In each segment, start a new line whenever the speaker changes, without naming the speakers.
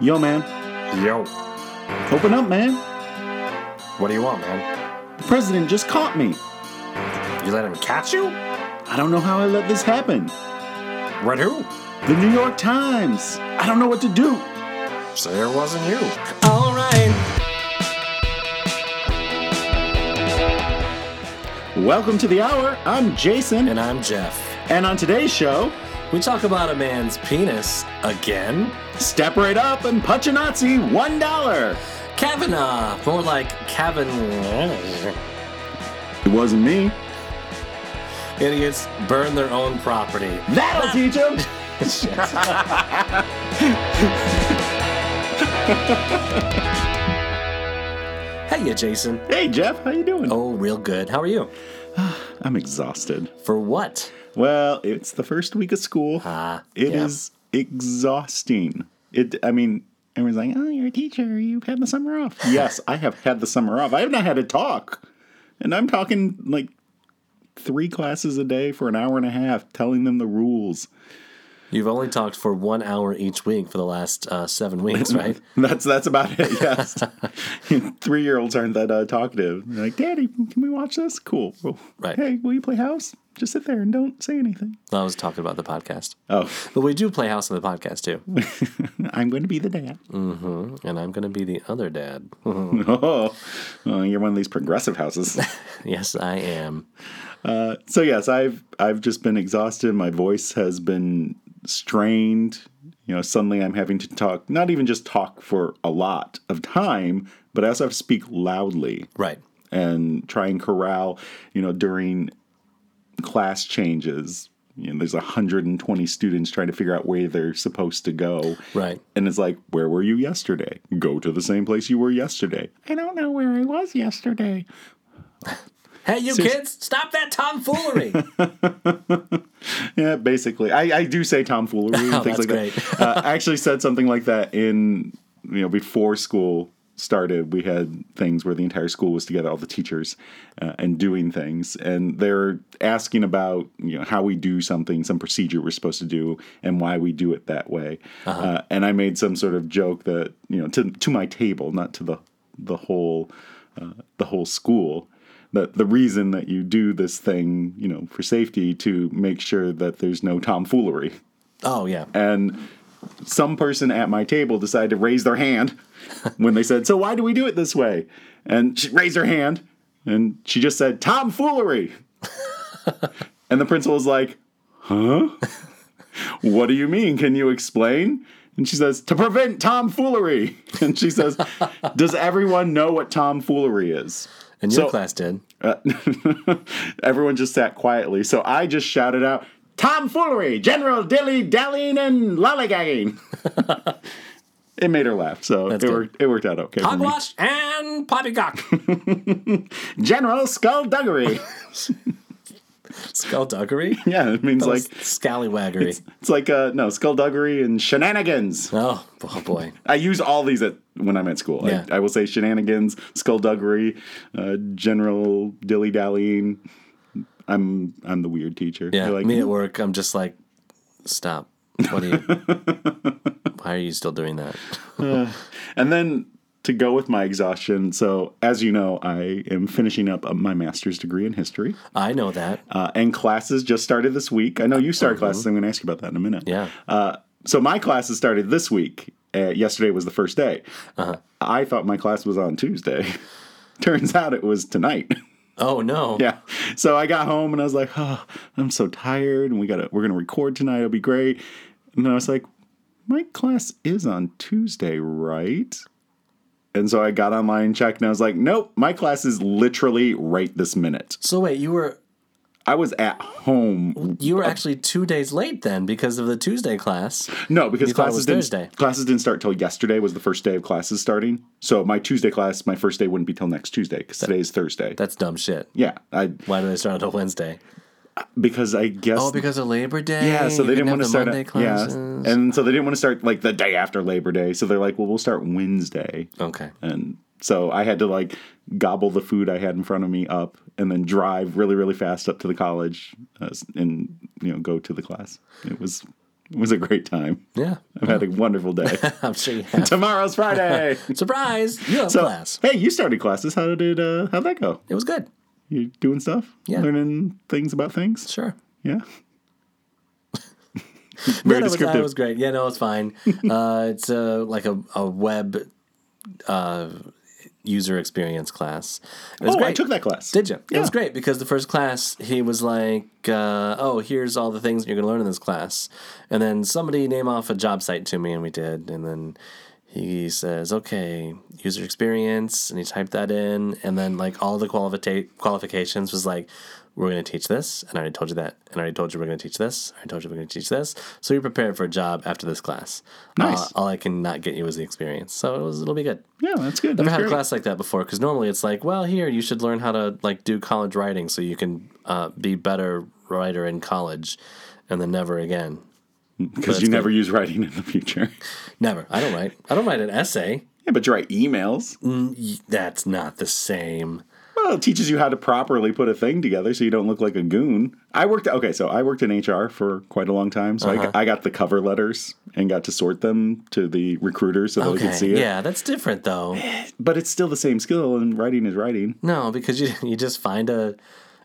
Yo, man,
Yo,
open up, man.
what do you want, man?
The president just caught me.
You let him catch you?
I don't know how I let this happen.
What who?
The New York Times. I don't know what to do.
So it wasn't you.
Alright.
Welcome to the hour. I'm Jason,
And I'm Jeff.
and on today's show,
We talk about a man's penis again.
step right up and punch a Nazi one dollar.
Kavanaugh. More like Kavanaugh.
It wasn't me.
Idiots burn their own property.
That'll teach him.
Hey, Jason.
Hey, Jeff, how you doing?
Oh, real good. How are you?
I'm exhausted.
For what?
Well, it's the first week of school.
Ah,
It is
yeah.
exhausting. It. I mean, everyone's like, "Oh, you're a teacher. You've had the summer off." yes, I have had the summer off. I have not had to talk, and I'm talking like three classes a day for an hour and a half, telling them the rules.
You've only talked for one hour each week for the last uh, seven weeks, right?
That's that's about it. Yes, three year olds aren't that uh, talkative. They're like, "Daddy, can we watch this?" Cool. Well,
Right.
Hey, will you play house? Just sit there and don't say anything.
I was talking about the podcast.
Oh,
But we do play house on the podcast too.
I'm going to be the dad.
And I'm going to be the other dad.
Oh, oh, you're one of these progressive houses.
yes, I am.
so yes, I've I've just been exhausted. My voice has been strained. You know, suddenly I'm having to talk, not even just talk for a lot of time, but I also have to speak loudly
Right.
and try and corral, you know, during class changes. You know, there's 120 students trying to figure out where they're supposed to go.
Right.
And it's like, where were you yesterday? Go to the same place you were yesterday. I don't know where I was yesterday.
Hey, you kids, stop that tomfoolery.
Yeah, basically. I, I do say tomfoolery and
Oh,
things like
that's
that. uh, I actually said something like that in, you know, before school started, we had things where the entire school was together, all the teachers, uh, and doing things. And they're asking about, you know, how we do something, some procedure we're supposed to do, and why we do it that way. uh
Uh-huh.
and I made some sort of joke that, you know, to, to my table, not to the, the whole uh, the whole school that the reason that you do this thing, you know, for safety to make sure that there's no tomfoolery.
oh, yeah.
And some person at my table decided to raise their hand when they said, "So why do we do it this way?" And she raised her hand, and she just said, "Tomfoolery." and the principal was like, "Huh? What do you mean? Can you explain?" And she says, "To prevent tomfoolery." And she says, "Does everyone know what tomfoolery is?"
And your
So-
class did.
Uh, Everyone just sat quietly, so I just shouted out, "Tomfoolery! General dilly dallying and lollygagging." it made her laugh, so it
good.
worked. It worked out okay. for me.
Hogwash and poppycock.
General skullduggery.
Skullduggery?
yeah, it means like
Like scallywaggery.
it's like uh, no skullduggery and shenanigans.
Oh, oh boy.
I use all these at when I'm at school.
Yeah.
I, I will say shenanigans, skullduggery, uh, general dilly dallying. I'm I'm the weird teacher.
Yeah.
They're like,
me at work, I'm just like, stop. What are you? Why are you still doing that?
And then to go with my exhaustion, so as you know, I am finishing up uh, my master's degree in history,
I know that.
uh, and classes just started this week. I know you started classes. I'm going to ask you about that in a minute.
Yeah.
Uh, so my classes started this week. Uh, yesterday was the first day. I thought my class was on Tuesday. Turns out it was tonight.
Oh no.
yeah. So I got home and I was like, "Oh, I'm so tired, and we got to we're gonna record tonight. It'll be great." And then I was like, "My class is on Tuesday, right?" And so I got online, checked, and I was like, "Nope, my class is literally right this minute."
So wait, you were
I was at home.
you were actually two days late then because of the Tuesday class.
No, because
thought it
classes
was
didn't
Thursday.
classes didn't start till yesterday was the first day of classes starting. So my Tuesday class, my first day wouldn't be till next Tuesday because today is Thursday.
That's dumb shit.
yeah, I
Why do they start on a Wednesday?
because I guess
Oh, because of Labor Day.
Yeah, so they
you couldn't
didn't want to
have
start.
the
Monday
Monday
yeah,
classes.
and so they didn't want to start like the day after Labor Day. So they're like, well, we'll start Wednesday.
Okay.
And so I had to like gobble the food I had in front of me up, and then drive really, really fast up to the college, uh, s- and you know go to the class. It was It was a great time.
Yeah.
I've had a wonderful day.
I'm sure you have.
Tomorrow's Friday.
Surprise! You have
So,
class.
Hey, you started classes. How did uh, how'd that go?
It was good.
You doing stuff?
Yeah.
Learning things about things?
Sure.
Yeah. Very
no, no, it was-
descriptive.
It was great. Yeah, no, it's fine. uh, it's uh, like a, a web uh, user experience class. It was
oh,
great.
I took that class.
Did you? It
Yeah.
was great because the first class he was like, uh, "Oh, here's all the things that you're going to learn in this class," and then somebody name off a job site to me, and we did, and then he says, "Okay, user experience," and he typed that in, and then like all the qualifita- qualifications was like, "We're going to teach this," and I already told you that, and I already told you we're going to teach this, I already told you we're going to teach this, so you're prepared for a job after this class.
Nice.
Uh, all I can not get you was the experience, so it was it'll be good.
Yeah, that's good.
Never
That's
had a
great.
class like that before because normally it's like, well, here you should learn how to like do college writing so you can uh, be better writer in college, and then never again.
because you never use writing in the future.
Never. I don't write. I don't write an essay.
Yeah, but you write emails.
Y- That's not the same.
Well, it teaches you how to properly put a thing together so you don't look like a goon. I worked okay, so I worked in HR for quite a long time, so
Uh-huh.
I, I got the cover letters and got to sort them to the recruiters so they
Okay.
could see it.
Yeah, that's different though.
But it's still the same skill, and writing is writing.
No, because you you just find a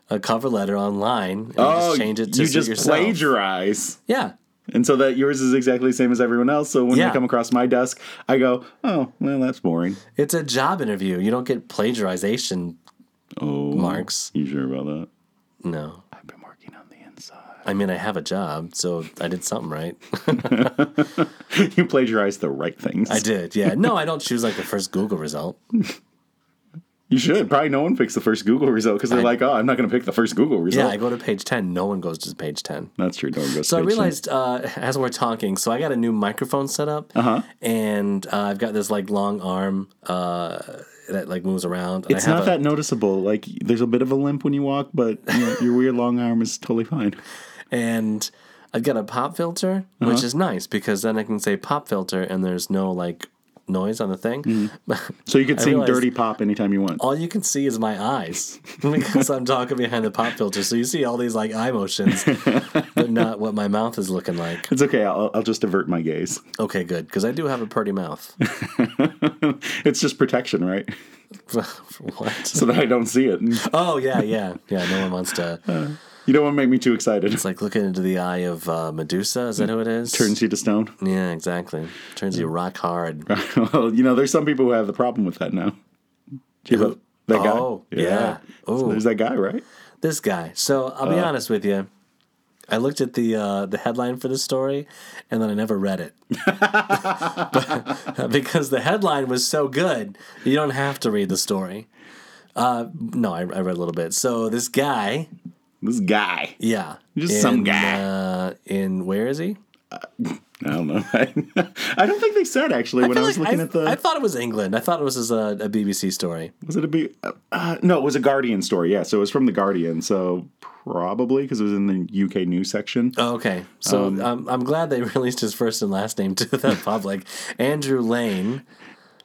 a cover letter online and you just change it
Oh,
to
you
suit
just
yourself.
plagiarize,
Yeah.
and so that yours is exactly the same as everyone else. So when
Yeah.
they come across my desk, I go, "Oh, well, that's boring."
It's a job interview. You don't get plagiarization
Oh,
marks.
you sure about that?
No.
I've been working on the inside.
I mean, I have a job, so I did something right.
you plagiarize the right things.
I did, yeah. No, I don't choose like the first Google result.
You should. Probably no one picks the first Google result because they're like, "Oh, I'm not going to pick the first Google
Yeah,
result."
I go to page 10. No one goes to page 10.
That's true. Don't go.
So I realized uh, as we're talking, so I got a new microphone set up, uh-huh. and uh, I've got this like long arm uh, that like moves around. And
it's
I have
not
a,
that noticeable. Like, there's a bit of a limp when you walk, but you know, your weird long arm is totally fine.
and I've got a pop filter, which is nice because then I can say pop filter, and there's no like noise on the thing. Mm-hmm.
So you could sing
realized- Oh.
"Dirty Pop" anytime you want.
all you can see is my eyes because I'm talking behind the pop filter. So you see all these like eye motions, but not what my mouth is looking like.
It's okay. I'll, I'll just avert my gaze.
Okay, good. Because I do have a pretty mouth.
It's just protection, right?
what?
So that I don't see it.
Oh, yeah, yeah. Yeah, no one wants to.
You don't want to make me too excited.
It's like looking into the eye of uh, Medusa. Is that who it is?
Turns you to stone.
Yeah, exactly. Turns you rock hard.
well, you know, there's some people who have the problem with that now. Do you know that guy?
Oh, yeah.
So
Oh.
there's that guy, right?
This guy. So I'll be honest with you. I looked at the uh, the headline for this story, and then I never read it But- because the headline was so good. You don't have to read the story. Uh, no, I, I read a little bit. So this guy,
This guy.
yeah,
Just some guy.
Uh, in where is he?
I don't know. I don't think they said actually when I
feel
was
like
looking
I,
at the.
I thought it was England. I thought it was his, uh, a BBC story.
was it a B? Uh, uh, no, it was a Guardian story. Yeah, so it was from the Guardian. So probably because it was in the UK news section.
Oh, okay, so um, I'm glad they released his first and last name to the public. Andrew Lane,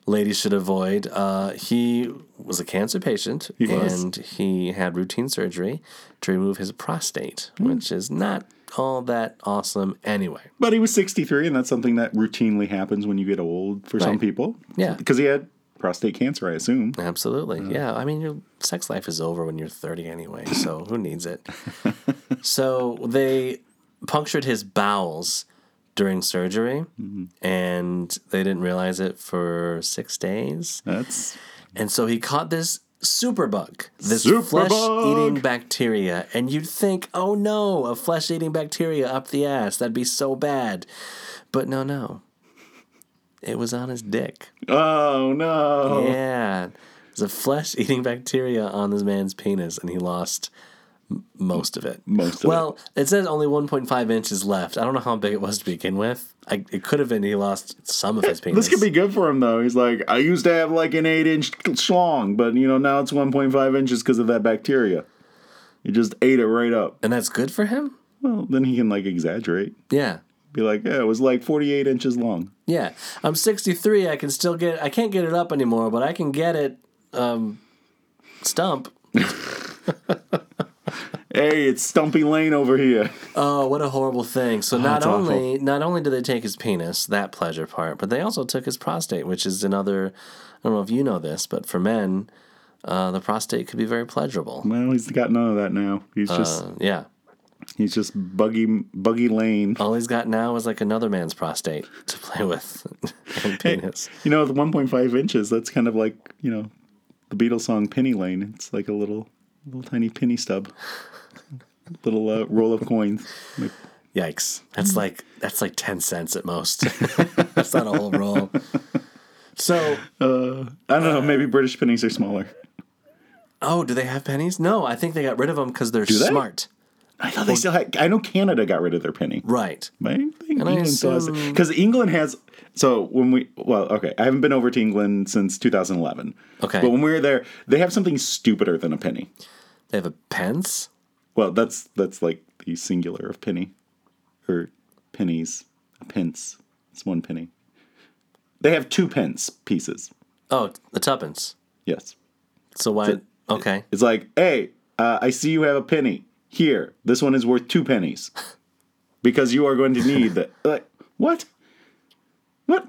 ladies should avoid. Uh, he was a cancer patient,
was.
and he had routine surgery to remove his prostate,
Hmm.
which is not all that awesome anyway.
But he was 63, and that's something that routinely happens when you get old for some
Right.
people.
Yeah.
Because he had prostate cancer, I assume.
Absolutely. Yeah. I mean, your sex life is over when you're 30 anyway, so who needs it? so they punctured his bowels during surgery and they didn't realize it for six days.
That's
And so he caught this superbug, this
Superbug!
flesh eating bacteria. And you'd think, oh no, a flesh eating bacteria up the ass. That'd be so bad. But no, no. It was on his dick.
oh no.
Yeah. There's a flesh eating bacteria on this man's penis, and he lost m- most of it.
Most of
well, it. says only 1.5 inches left. I don't know how big it was to begin with. I, it could have been he lost some of his penis.
This could be good for him though. He's like, I used to have like an eight inch schlong, but you know now it's 1.5 inches because of that bacteria. He just ate it right up.
And that's good for him?
Well, then he can like exaggerate,
Yeah.
be like, yeah, it was like 48 inches long.
Yeah. I'm 63. I can still get I can't get it up anymore, but I can get it um stump.
Hey, it's Stumpy Lane over here.
Oh, what a horrible thing! So not
that's Oh, awful.
only not only did they take his penis, that pleasure part, but they also took his prostate, which is another. I don't know if you know this, but for men, uh, the prostate could be very pleasurable.
Well, he's got none of that now. He's just
Uh, yeah,
he's just buggy buggy Lane.
all he's got now is like another man's prostate to play with and penis.
You know, the 1.5 inches. That's kind of like you know, the Beatles song Penny Lane. It's like a little little tiny penny stub, little uh, roll of coins. Like,
Yikes! That's like that's like ten cents at most. that's not a whole roll. So
I don't know. Maybe British pennies are smaller.
Oh, do they have pennies? No, I think they got rid of them because they're
they?
smart.
I thought they still had. I know Canada got rid of their penny.
Right.
But I think
I
England still has it
assume-
because England has. So when we well, okay, I haven't been over to England since 2011.
Okay.
but when we were there, they have something stupider than a penny.
They have a pence?
Well, that's that's like the singular of penny, or pennies, a pence. It's one penny. They have two pence pieces.
Oh, a tuppence.
Yes,
So why? okay.
it's like, hey, uh, I see you have a penny here. This one is worth two pennies, because you are going to need the like what, what?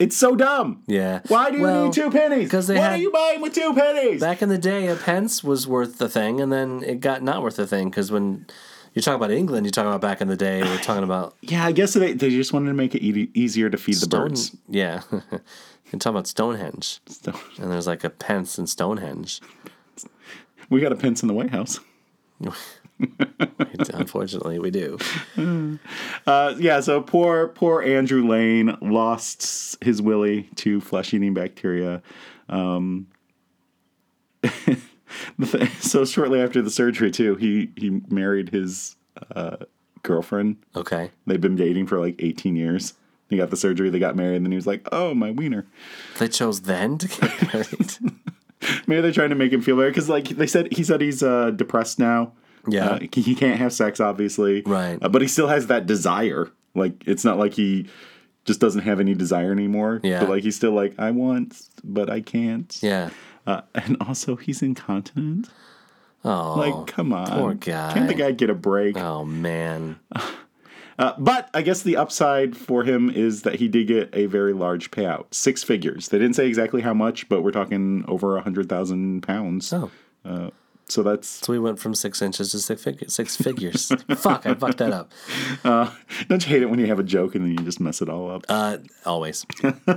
It's so dumb.
Yeah.
Why do you
Well,
need two pennies?
'cause they
what
had-
are you buying with two pennies?
Back in the day, a pence was worth the thing, and then it got not worth the thing because when you talk about England, you talk about back in the day, we're talking about
yeah, I guess they, they just wanted to make it e- easier to feed the birds.
Yeah. You're talking about Stonehenge,
So,
and there's like a pence in Stonehenge.
we got a pence in the White House.
Unfortunately, we do.
Uh, yeah, so poor poor Andrew Lane lost s- his willy to flesh eating bacteria. Um, so shortly after the surgery, too, he he married his uh, girlfriend.
Okay.
They've been dating for like 18 years. He got the surgery, they got married, and then he was like, "Oh, my wiener."
They chose then to get married.
Maybe they're trying to make him feel better because, like they said, he said he's uh, depressed now.
Yeah.
uh, he- he can't have sex, obviously.
Right.
uh, but he still has that desire. Like it's not like he just doesn't have any desire anymore.
Yeah.
but like he's still like I want, but I can't.
yeah.
uh, and also he's incontinent.
Oh.
Like, come on,
poor guy.
Can the guy get a break?
Oh man.
Uh, but I guess the upside for him is that he did get a very large payout, six figures. They didn't say exactly how much, but we're talking over a hundred thousand pounds.
Oh.
So that's
So we went from six inches to six, fig- six figures. Fuck, I fucked that up.
Don't you hate it when you have a joke and then you just mess it all up?
Uh, always.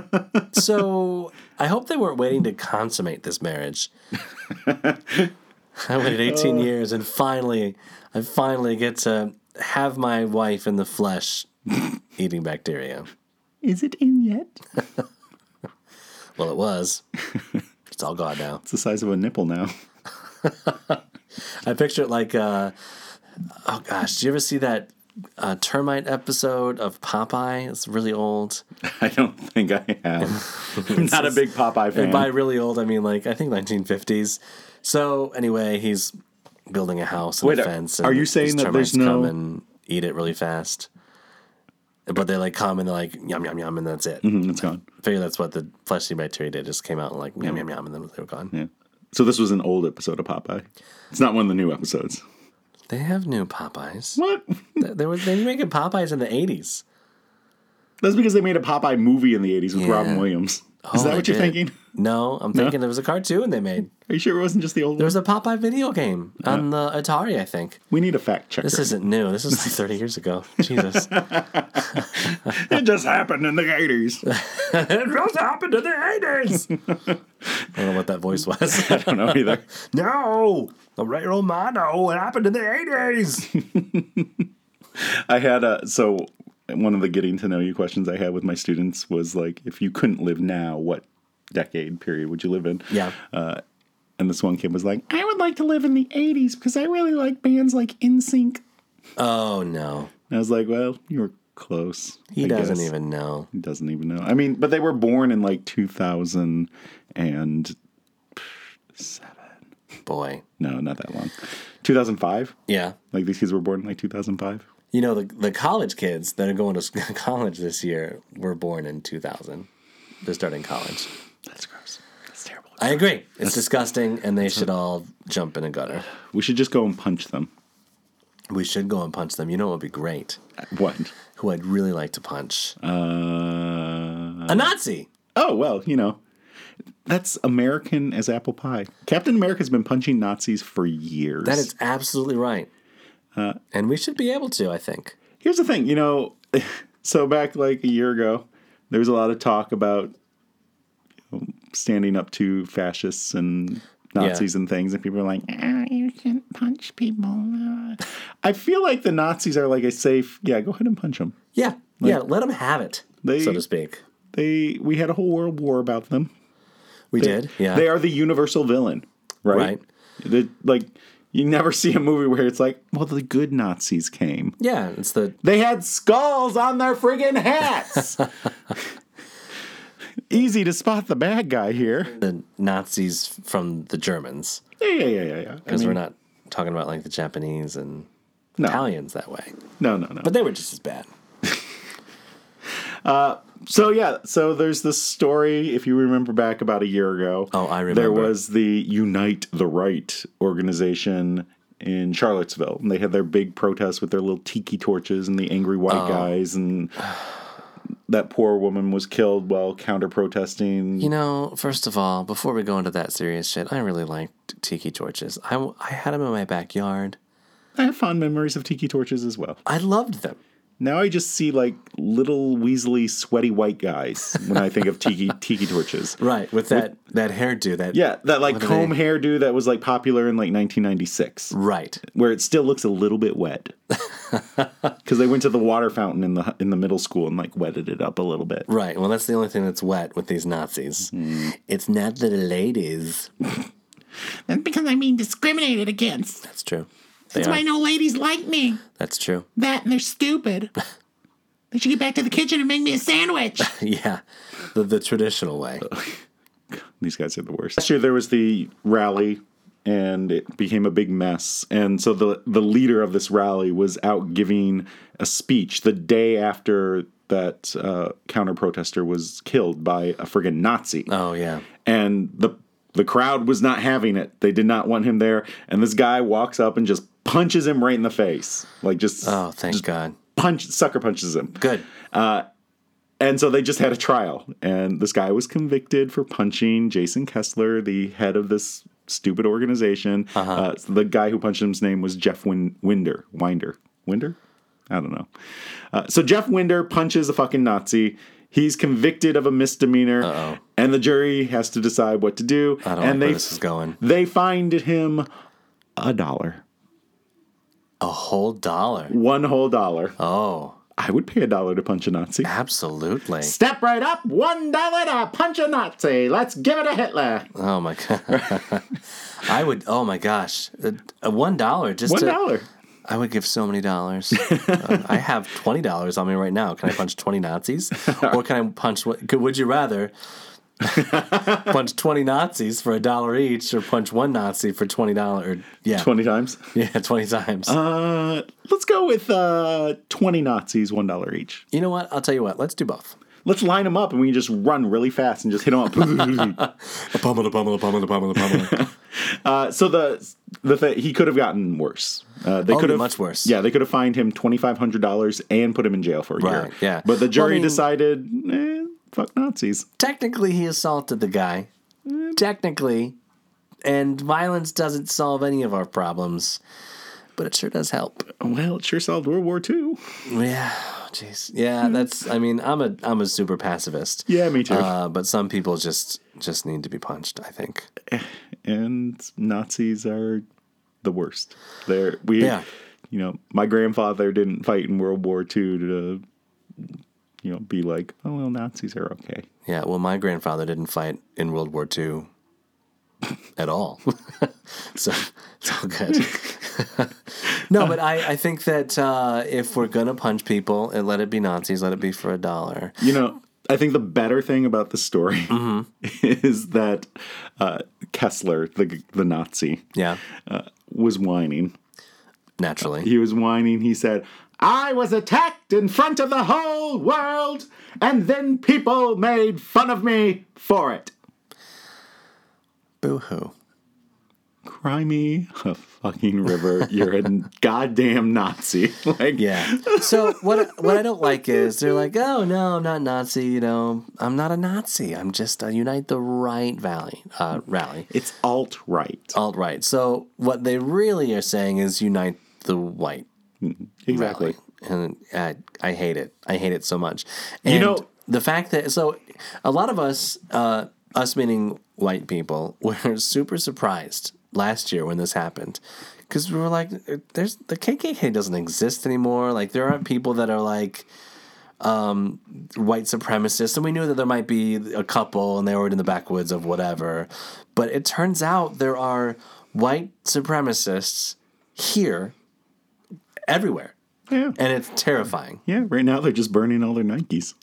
so I hope they weren't waiting to consummate this marriage. I waited 18 years and finally, I finally get to have my wife in the flesh eating bacteria.
Is it in yet?
Well, it was. It's all gone now.
It's the size of a nipple now.
I picture it like, uh, oh gosh, did you ever see that uh, termite episode of Popeye? It's really old.
I don't think I have. I'm not a big Popeye fan.
And by really old, I mean like I think 1950s. So anyway, he's building a house and
Wait,
a
are-
fence.
are
and
you
these
saying that there's
termites come
no-
and eat it really fast? But they like come and they're like yum yum yum, and that's it.
Mm, it's gone.
I figure that's what the fleshy bacteria did. Just came out and like yum yum yum, and then they were gone.
Yeah. So this was an old episode of Popeye. It's not one of the new episodes.
They have new Popeyes.
What?
They- They were they were making Popeyes in the 80s.
That's because they made a Popeye movie in the 80s with
Yeah.
Robin Williams.
Oh,
Is that
they
what you're
did.
thinking?
No, I'm thinking there was a cartoon they made.
Are you sure it wasn't just the old
There
one?
was a Popeye video game on the Atari, I think.
We need a fact checker.
This isn't new. This is like 30 years ago. Jesus.
it just happened in the 80s.
It just happened to the 80s. I don't know what that voice was.
I don't know either.
no, the Ray Romano. It happened in the 80s.
I had a so one of the getting to know you questions I had with my students was like, if you couldn't live now, what decade period would you live in?
Yeah.
Uh, and this one kid was like, I would like to live in the '80s because I really like bands like InSync. And
Oh no,
I was like, well, you were close.
he
I
doesn't
guess."
even know.
He doesn't even know. I mean, but they were born in like 2000 and
Boy,
no, not that long. 2005.
yeah.
Like these kids were born in like 2005.
You know the the college kids that are going to sc- college this year were born in 2000. They're starting college.
That's gross. That's terrible.
I agree. It's disgusting, and they should all jump in a gutter.
We should just go and punch them.
We should go and punch them. You know what would be great?
What?
Who I'd really like to punch?
Uh,
a Nazi!
oh well, you know, that's American as apple pie. Captain America's been punching Nazis for years.
That is absolutely right. and we should be able to, I think.
Here's the thing, you know, so back like a year ago, there was a lot of talk about you know, standing up to fascists and Nazis and things, and people are like, ah, you can't punch people. I feel like the Nazis are like a safe, yeah, go ahead and punch them.
Yeah, yeah, let them have it,
They-
so to speak.
They, we had a whole world war about them.
We did, yeah.
They are the universal villain, right?
Right.
The- like, you never see a movie where it's like, well, the good Nazis came.
yeah, it's the
They had skulls on their friggin' hats. Easy to spot the bad guy here.
the Nazis from the Germans,
Yeah, yeah, yeah, yeah, yeah. I
because
mean,
we're not talking about like the Japanese and
No.
Italians that way.
no, no, no.
But they were just as bad.
so yeah, so there's this story. If you remember back about a year ago,
Oh, I
There
remember.
was the Unite the Right organization in Charlottesville, and they had their big protest with their little tiki torches and the angry white
Oh.
guys, and that poor woman was killed while counter protesting.
You know, first of all, before we go into that serious shit, I really liked tiki torches. I, w- I had them in my backyard.
I have fond memories of tiki torches as well.
I loved them.
Now I just see like little weaselly, sweaty white guys when I think of tiki tiki torches.
Right, with that that hairdo, that
Yeah, that like
What are
comb
they?
hairdo that was like popular in like 1996,
right.
where it still looks a little bit wet because they went to the water fountain in the in the middle school and like wetted it up a little bit.
Right. Well, that's the only thing that's wet with these Nazis. It's not the ladies.
That's because I'm being discriminated against.
That's true. They
That's
are.
why no ladies like me.
That's true.
That and they're stupid. they should get back to the kitchen and make me a sandwich.
Yeah. The, the traditional way.
These guys are the worst. Last year there was the rally and it became a big mess. And so the the leader of this rally was out giving a speech the day after that uh, counter protester was killed by a friggin' Nazi.
Oh, yeah.
And the the crowd was not having it. They did not want him there. And this guy walks up and just punches him right in the face. Like just
Oh, thank God.
punch sucker punches him.
Good.
And so they just had a trial, and this guy was convicted for punching Jason Kessler, the head of this stupid organization.
Uh-huh.
uh so the guy who punched him's name was Jeff Win- Winder. Winder. Winder? I don't know. Uh, so Jeff Winder punches a fucking Nazi. He's convicted of a misdemeanor, and the jury has to decide what to do.
I
and
don't like where
they
this is going.
they fined him a dollar,
A whole dollar.
one whole dollar.
Oh,
I would pay a dollar to punch a Nazi.
absolutely.
Step right up, one dollar to punch a Nazi. Let's give it a Hitler.
Oh, my God. I would, oh, my gosh. Uh, uh, One dollar just
One
to-
dollar.
I would give so many dollars. Uh, I have twenty dollars on me right now. Can I punch twenty Nazis, or can I punch? what- Could, would you rather punch twenty Nazis for a dollar each, or punch one Nazi for twenty dollars? Yeah, 20.
Twenty times.
yeah, twenty times.
Uh, let's go with uh, twenty Nazis, one dollar each.
you know what? I'll tell you what. Let's do both.
Let's line them up, and we can just run really fast and just hit them up. uh, so the the th- he could have gotten worse. Uh, they
Oh,
could have
much worse.
Yeah, they could have fined him twenty five hundred dollars and put him in jail for a year.
Right, yeah.
but the
Well, I
jury
mean-
decided, eh, fuck Nazis.
Technically, he assaulted the guy. Technically, and violence doesn't solve any of our problems, but it sure does help.
Well, it sure solved World War II.
Yeah, jeez. Yeah, that's. I mean, I'm a I'm a super pacifist.
Hmm. Yeah, me too.
Uh, but some people just just need to be punched. I think.
and Nazis are the worst. They're we,
Yeah.
you know, my grandfather didn't fight in World War II to, you know, be like, oh well, Nazis are okay.
Yeah. Well, my grandfather didn't fight in World War II at all, so it's all good. no, but I I think that uh, if we're gonna punch people and let it be Nazis, let it be for a dollar.
You know, I think the better thing about the story is that uh, Kessler, the the Nazi, uh,
Yeah,
was whining.
naturally.
He was whining. He said, I was attacked in front of the whole world, and then people made fun of me for it.
Boo hoo.
cry me a fucking river. You're a goddamn Nazi. like,
Yeah. So what what I don't like is they're like, oh no, I'm not Nazi. You know, I'm not a Nazi. I'm just a Unite the Right Valley uh, rally,
It's alt right.
alt right. So what they really are saying is Unite the White.
Exactly.
rally. And uh, I, I hate it. I hate it so much. And
know-
the fact that so a lot of us, uh, us meaning white people, were super surprised last year when this happened because we were like, "There's the KKK doesn't exist anymore. Like there aren't people that are like." Um, white supremacists, and we knew that there might be a couple, and they were in the backwoods of whatever. But it turns out there are white supremacists here, everywhere,
Yeah.
and it's terrifying.
Yeah, right now they're just burning all their Nikes.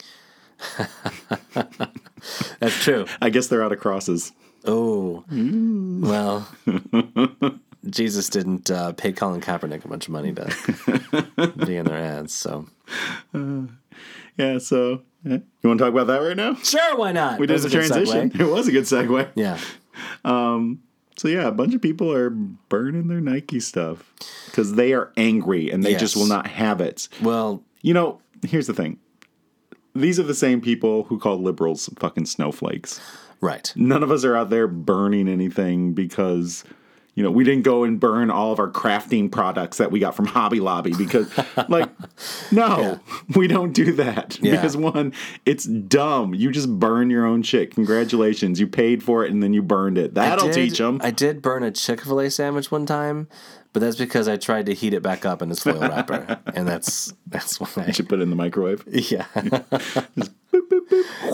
That's true.
I guess they're out of crosses.
Oh,
Mm.
well, Jesus didn't uh, pay Colin Kaepernick a bunch of money to be in their ads. So
Yeah, so eh, you want to talk about that right now?
sure, why not?
We did a transition. It was a good segue.
Yeah,
So yeah, a bunch of people are burning their Nike stuff because they are angry and they just
Yes.
will not have it.
well,
You know, here's the thing. These are the same people who call liberals fucking snowflakes.
right.
None of us are out there burning anything because, you know, we didn't go and burn all of our crafting products that we got from Hobby Lobby because, like, no, we don't do that.
Yeah.
Because, one, it's dumb. You just burn your own shit. Congratulations. You paid for it and then you burned it. That'll
I did-
teach them.
I did burn a Chick fil A sandwich one time, but that's because I tried to heat it back up in its foil wrapper. and that's that's why. I,
Should put it in the microwave.
yeah.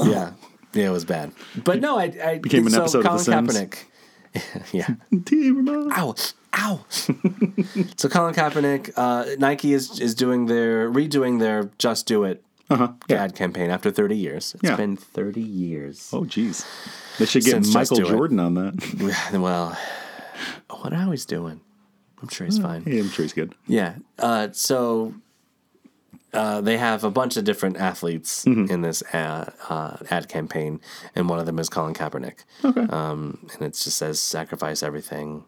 Yeah. Yeah, it was bad. But no, I, I
Became an
so
episode
Colin
of The Sims.
Kaepernick. yeah.
Team up.
Ow! Ow! so Colin Kaepernick, uh, Nike is is doing their redoing their "Just Do It" ad campaign after 30 years. It's
Yeah.
been 30 years.
Oh, jeez. They should get
Since Just
Michael
Do It.
Jordan on that.
Well, I wonder how he's doing. I'm sure he's fine.
yeah, I'm sure he's good.
Yeah. Uh, so uh, they have a bunch of different athletes in this ad, uh, ad campaign, and one of them is Colin Kaepernick. Okay. Um, and it just says sacrifice everything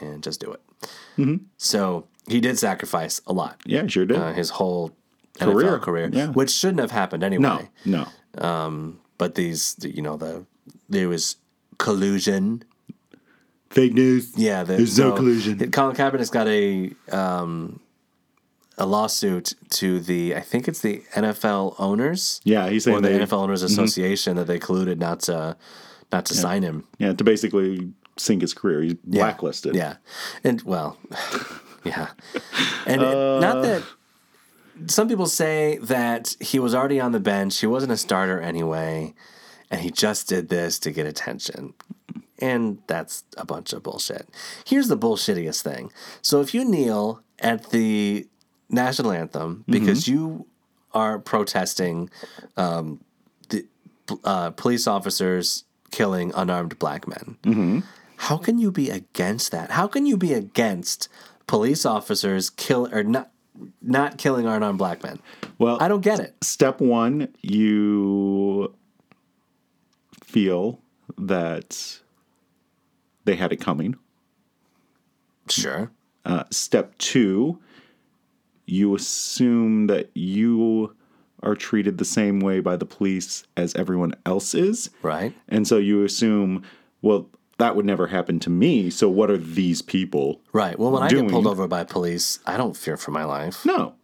and just do it. So he did sacrifice a lot.
Yeah, sure did.
Uh, his whole
Career.
NFL career,
Yeah.
which shouldn't have happened anyway.
no, no.
But these, you know, the there was collusion
Fake news.
Yeah, the,
There's no
so,
collusion.
Colin Kaepernick's got a um, a lawsuit to the I think it's the NFL owners.
Yeah, he's saying
or the
they- mm-hmm.
NFL owners association that they colluded not to not to sign him.
Yeah, to basically sink his career. He's blacklisted.
Yeah, and well, yeah, and it- not that. Some people say that he was already on the bench. He wasn't a starter anyway, and he just did this to get attention. And that's a bunch of bullshit. Here's the bullshittiest thing. So if you kneel at the national anthem because you are protesting um, the uh, police officers killing unarmed black men, how can you be against that? How can you be against police officers kill or not not killing unarmed black men?
Well,
I don't get it.
Step one, you feel that they had it coming.
Sure.
Uh, step two, you assume that you are treated the same way by the police as everyone else is.
Right.
And so you assume, well, that would never happen to me. So what are these people?
Right. Well, when I
Doing.
get pulled over by police, I don't fear for my life.
No.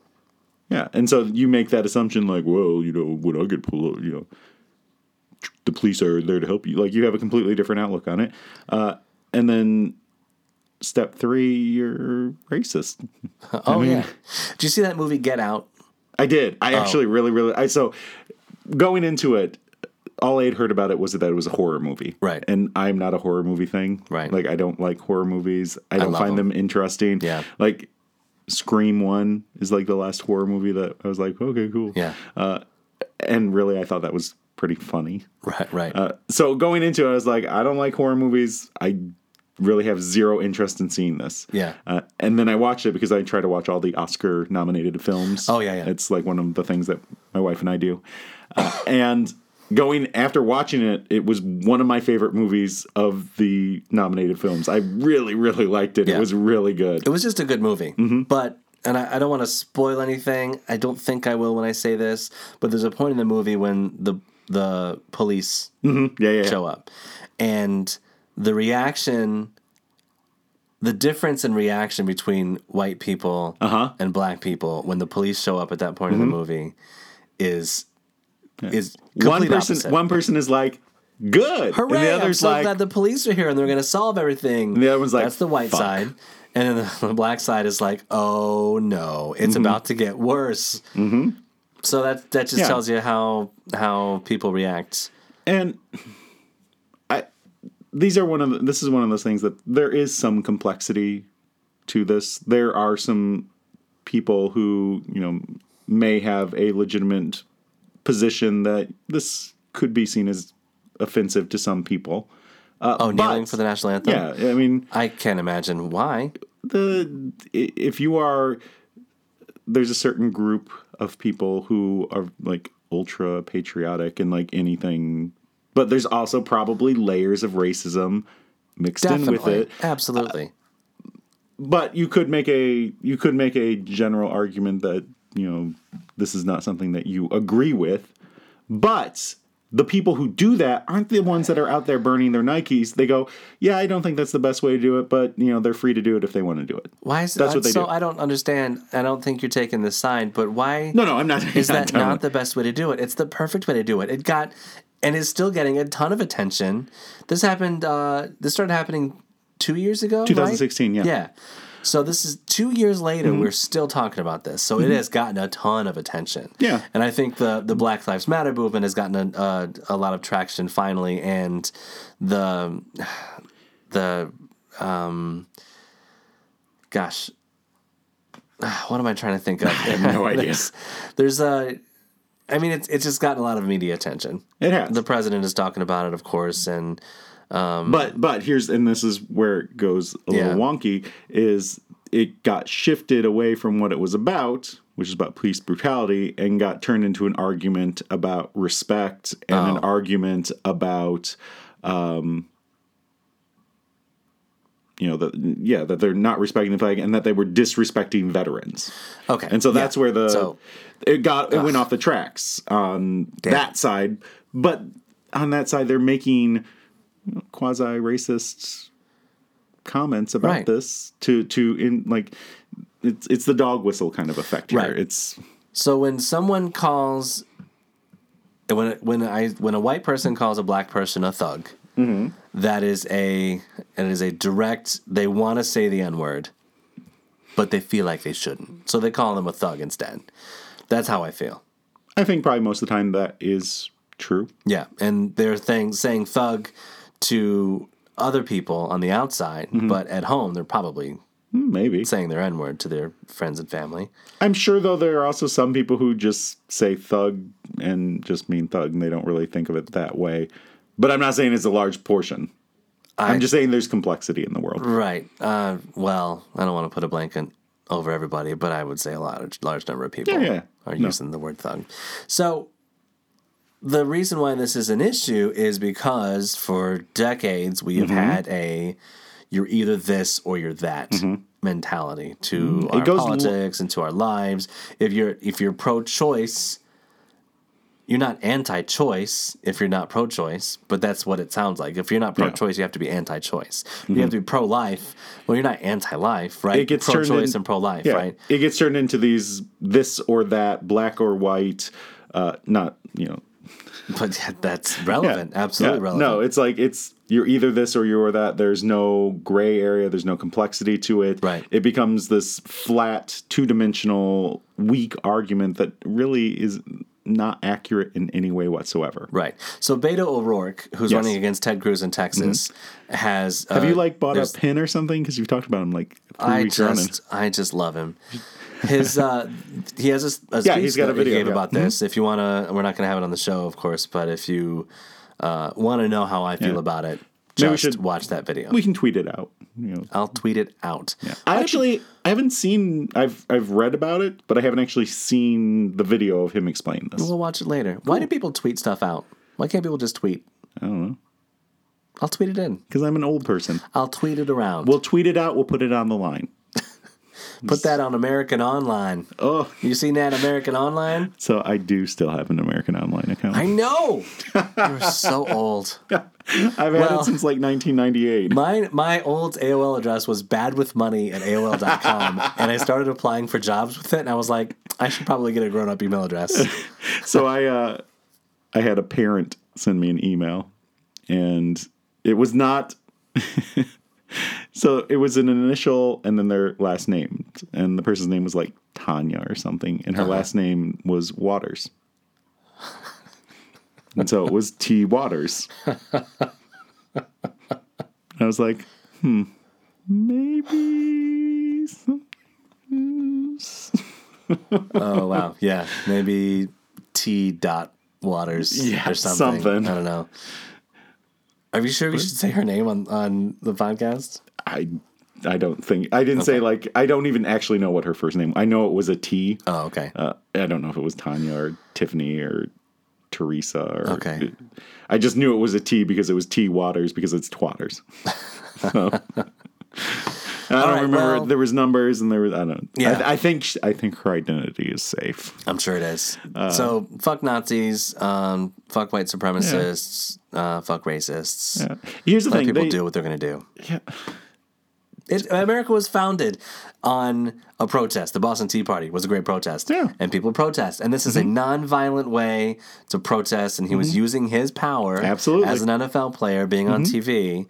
Yeah. And so you make that assumption like, well, you know, when I get pulled over, you know, the police are there to help you. Like you have a completely different outlook on it. Uh, and then step three, you're racist.
Oh yeah. Did you see that movie Get Out?
I did. I
Oh.
actually really, really. I so going into it, all I had heard about it was that it was a horror movie,
Right.
And I'm not a horror movie thing,
Right.
Like I don't like horror movies. I don't
love
find them. interesting.
Yeah.
like Scream One is like the last horror movie that I was like, okay, cool, Uh,
Yeah.
And really, I thought that was pretty funny.
Right. Right.
Uh, so going into it, I was like, I don't like horror movies. I really have zero interest in seeing this.
Yeah.
Uh, and then I watched it because I try to watch all the Oscar nominated films.
Oh, yeah, yeah.
It's like one of the things that my wife and I do. Uh, and going after watching it, it was one of my favorite movies of the nominated films. I really, really liked it.
Yeah.
It was really good.
It was just a good movie. But, and I, I don't want to spoil anything. I don't think I will when I say this, but there's a point in the movie when the the police
yeah, yeah.
show up. And the reaction, the difference in reaction between white people
Uh-huh.
and black people when the police show up at that point
Mm-hmm.
in the movie is is
One
complete
person,
opposite.
one person is like, "Good,"
Hooray!
and the
I'm
other's
so
like,
glad the police are here and they're going to solve everything.
the other one's like,
that's the white
"Fuck."
side, and then the, the black side is like, oh no, it's
Mm-hmm.
about to get worse. Mm-hmm. So that that just
Yeah.
tells you how how people react.
and I these are one of the, this is one of those things that there is some complexity to this. There are some people who you know may have a legitimate position that this could be seen as offensive to some people.
Oh, kneeling
but-
for the national anthem.
Yeah, I mean,
I can't imagine why.
the i- if you are there's a certain group of people who are like ultra patriotic and like anything but there's also probably layers of racism mixed in with
Definitely,
it uh,
absolutely.
but you could make a you could make a general argument that you know this is not something that you agree with but the people who do that aren't the ones that are out there burning their nikes they go yeah i don't think that's the best way to do it but you know they're free to do it if they want to do it
why is
that's what they
so?
do.
I don't understand. I don't think you're taking the side, but why?
no no i'm not
is
I'm
that
done with
not the best way to do it? It's the perfect way to do it. It got and is still getting a ton of attention. This happened. Uh, this started happening two years ago. right?
2016, yeah. Mm-hmm.
Yeah. So this is two years later. We're still talking about this. So it has gotten a ton of attention.
Yeah.
And I think the the Black Lives Matter movement has gotten a a, a lot of traction finally, and the the um, gosh. What am I trying to think of?
no idea.
There's, there's a, I mean, it's it's just gotten a lot of media attention.
It has.
The president is talking about it, of course, and
but but here's and this is where it goes a
Yeah.
little wonky is it got shifted away from what it was about, which is about police brutality, and got turned into an argument about respect and an
Oh.
argument about um you know that yeah that they're not respecting the flag and that they were disrespecting veterans
okay,
and so that's
yeah.
where the
So-
it got it went off the tracks on that side but on that side they're making quasi racist comments about
Right.
this to to in like it's it's the dog whistle kind of effect here
Right.
it's
So when someone calls, when when I when a white person calls a black person a thug,
Mm-hmm.
that is a it is a direct. They want to say the n word, but they feel like they shouldn't, so they call them a thug instead. That's how I feel.
i think probably most of the time that is true
Yeah, and they're thing, saying thug to other people on the outside, but at home they're probably
Hmm, maybe
saying their N word to their friends and family.
i'm sure though there are also some people who just say thug and just mean thug and they don't really think of it that way but i'm not saying it's a large portion i'm just saying there's complexity in the world
Right. Uh, well, I don't want to put a blanket over everybody, but I would say a large, large number of people
Yeah, yeah.
are using the word thug. So the reason why this is an issue is because for decades we
Mm-hmm.
have had a you're either this or you're that mentality to our
Mm-hmm. goes l-
politics and to our lives. If you're if you're pro-choice, you're not anti-choice if you're not pro-choice, but that's what it sounds like. If you're not pro-choice, you have to be anti-choice. You have to be pro-life. Well, you're not anti-life, right?
Mm-hmm. it gets turned
pro-choice
in-
and pro-life,
yeah,
right?
It gets turned into these this or that, black or white, uh, not you know.
But yeah, that's
yeah,
relevant, absolutely
yeah.
relevant.
No, it's like it's you're either this or you're that. There's no gray area. There's no complexity to it.
Right.
It becomes this flat, two dimensional, weak argument that really is not accurate in any way whatsoever.
Right. So Beto O'Rourke, who's
Yes. Mm-hmm.
running against Ted Cruz in Texas, has
Have
uh,
you like bought a
there's-
pin or something? Because you've talked about him like three
I
weeks
just,
running.
I just love him. His, uh, he has a, s- a
Yeah,
speech
he's got a
that he
video, Mm-hmm.
gave
yeah.
about this. If you wanna, we're not gonna have it on the show, of course, but if you uh, want to know how I feel
Yeah.
about it,
Maybe we
just
should-
watch that video.
We can tweet it out. You know,
I'll tweet it out.
I actually I haven't seen I've I've read about it, but I haven't actually seen the video of him explain this.
We'll watch it later. Why do people tweet stuff out? Why can't people just tweet?
I don't know.
I'll tweet it in.
Because I'm an old person.
I'll tweet it around.
We'll tweet it out. We'll put it on the line.
Put that on American Online.
Oh,
You seen that American Online?
so I do still have an American Online account.
I know. You're so old.
I've had
Well-
it since like 1998.
Mine, my old AOL address was badwithmoney at AOL.com, and I started applying for jobs with it, and I was like, I should probably get a grown up email address.
so I uh, I had a parent send me an email, and it was not. so it was an initial and then their last name, and the person's name was like Tanya or something, and her last name was Waters. and so it was T Waters. And I was like, hmm, maybe. some-
Oh, wow. Yeah. Maybe T. Dot Waters
Yeah,
or something.
something.
I don't know. Are you sure we should say her name on, on the podcast?
I I don't think I didn't say like I don't even actually know what her first name. I know it was a T.
Oh, okay.
Uh, I don't know if it was Tanya or Tiffany or Teresa or
Okay.
I just knew it was a T because it was T Waters because it's Twatters. So- I don't
right,
remember.
well-
there was numbers and there was I don't.
Yeah.
I, I think sh- I think her identity is safe.
I'm sure it is.
uh,
so fuck Nazis, um, fuck white supremacists, uh, fuck racists.
Yeah. Here's the
Let
thing.
people
they-
do what they're going to do.
Yeah.
It, America was founded on a protest. The Boston Tea Party was a great protest,
Yeah. Mm-hmm.
and people protest. And this is a non-violent way to protest. And he was using his power,
Absolutely. Mm-hmm.
as an NFL player, being on TV.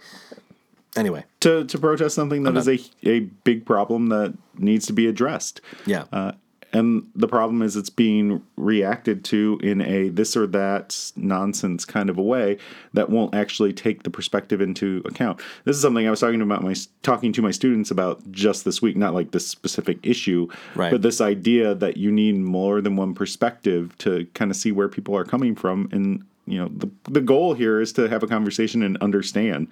Anyway,
to to protest something that is a a big problem that needs to be addressed.
yeah,
Uh, and the problem is it's being reacted to in a this or that nonsense kind of a way that won't actually take the perspective into account. This is something I was talking about my talking to my students about just this week, not like this specific issue,
Right.
but this idea that you need more than one perspective to kind of see where people are coming from and you know the the goal here is to have a conversation and understand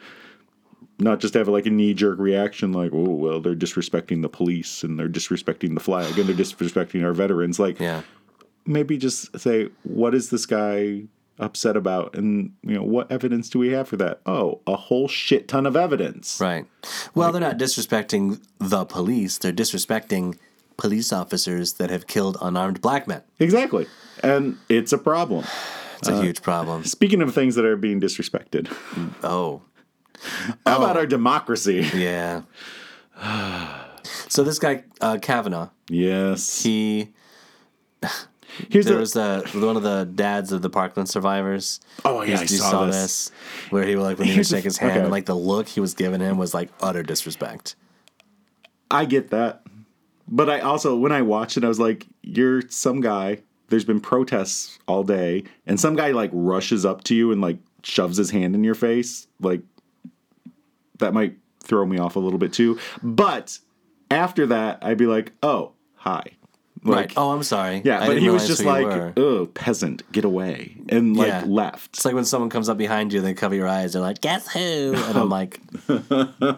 not just have like a knee jerk reaction like, oh, well, they're disrespecting the police and they're disrespecting the flag and they're disrespecting our veterans. Like,
yeah,
maybe just say, what is this guy upset about? And, you know, what evidence do we have for that? Oh, a whole shit ton of evidence.
right. Well, they're not disrespecting the police. They're disrespecting police officers that have killed unarmed black men.
Exactly. And it's a problem.
It's
Uh.
a huge problem.
Speaking of things that are being disrespected,
Oh,
how about our democracy?
yeah. so this guy uh, Kavanaugh,
yes.
he
Here's
There
a-
was the one of the dads of the Parkland survivors.
Oh, yeah,
you,
I
you
saw this.
where he was like when he would
Here's the-
shake his hand
okay.
and like the look he was giving him was like utter disrespect.
I get that. But I also, when I watched it, I was like, you're some guy. There's been protests all day, and some guy like rushes up to you and like shoves his hand in your face. Like, that might throw me off a little bit too. But after that, I'd be like, oh, hi. Like,
right. Oh, I'm sorry.
yeah, but
I didn't
he was
realize
just
who you
like,
were.
oh, peasant, get away. And like
Yeah.
left.
It's like when someone comes up behind you, they cover your eyes. They're like, "Guess who?" And I'm like,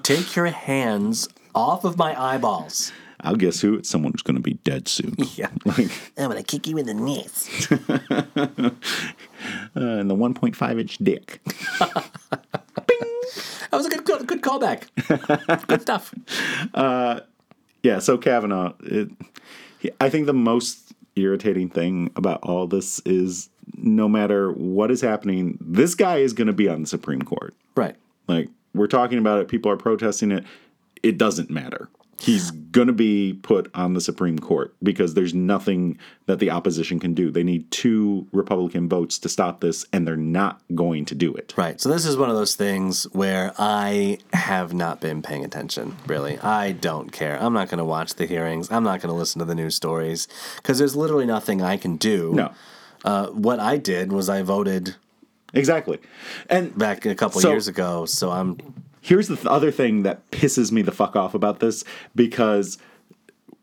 "Take your hands off of my eyeballs."
I'll guess who? It's someone who's going to be dead soon.
Yeah,
like,
I'm gonna kick you in the nuts.
uh, and the 1.5 inch dick.
That was a good good, good callback. good stuff.
Yeah, so Kavanaugh, it, he- I think the most irritating thing about all this is no matter what is happening, this guy is going to be on the Supreme Court.
Right.
Like, we're talking about it, people are protesting it. It doesn't matter. He's going to be put on the Supreme Court because there's nothing that the opposition can do. They need two Republican votes to stop this, and they're not going to do it.
Right. So this is one of those things where I have not been paying attention, really. I don't care. I'm not going to watch the hearings. I'm not going to listen to the news stories because there's literally nothing I can do.
No,
Uh, what I did was I voted
exactly. And
back a couple
So-
years ago. So I'm
Here's the th- other thing that pisses me the fuck off about this because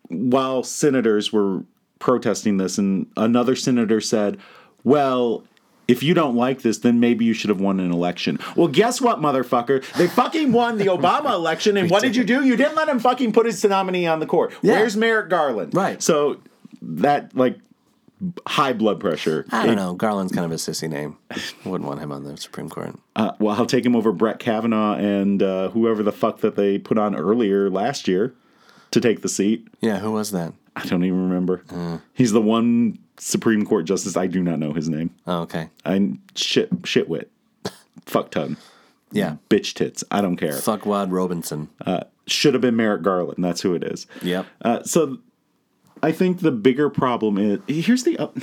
while senators were protesting this, and another senator said, Well, if you don't like this, then maybe you should have won an election. Well, guess what, motherfucker? They fucking won the Obama election, and what did you do? You didn't let him fucking put his nominee on the court. Where's Merrick Garland?
Right.
So that, like, high blood pressure.
I don't know. Garland's kind of a sissy name. Wouldn't want him on the Supreme Court.
Uh, well, I'll take him over Brett Kavanaugh and uh, whoever the fuck that they put on earlier last year to take the seat.
Yeah, who was that?
I don't even remember.
Mm.
He's the one Supreme Court justice I do not know his name.
Oh, okay.
I shit shitwit, fuck ton,
Yeah.
bitch tits. I don't care.
Fuck Wad Robinson.
Should have been Merrick Garland. That's who it is.
yep.
Uh, so I think the bigger problem is here's the up.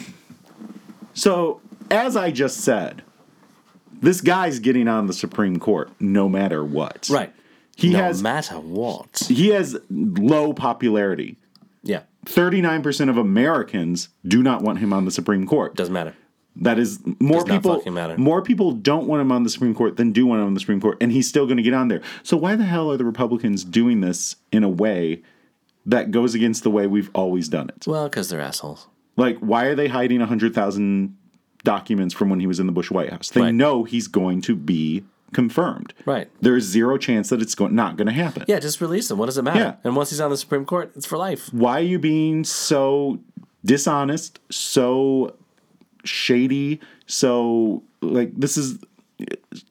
So as I just said, this guy's getting on the Supreme Court no matter what.
right.
He
no
has
matter what.
he has low popularity.
Yeah.
39% of Americans do not want him on the Supreme Court.
Doesn't matter.
That is more
Does not
people
fucking matter.
more people don't want him on the Supreme Court than do want him on the Supreme Court and he's still going to get on there. So why the hell are the Republicans doing this in a way that goes against the way we've always done it?
Well, because they're assholes.
Like, why are they hiding 100,000 documents from when he was in the Bush White House? They
Right.
know he's going to be confirmed.
Right.
There's zero chance that it's go- not going to happen.
Yeah, just release him. What does it matter?
Yeah.
And once he's on the Supreme Court, it's for life.
Why are you being so dishonest, so shady, so like this is